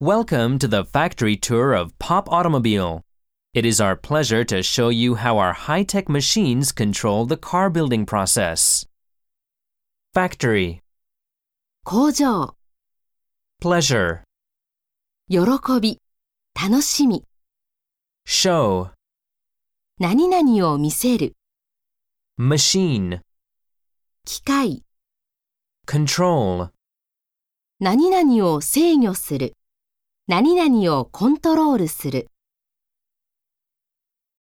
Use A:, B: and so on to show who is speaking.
A: Welcome to the factory tour of Pop Automobile. It is our pleasure to show you how our high tech machines control the car building process. Factory,
B: 工場、
A: pleasure,
B: 喜び、楽しみ、
A: show,
B: 何々を見せる、
A: machine,
B: 機械、
A: control,
B: 何々を制御する、何々をコントロールする。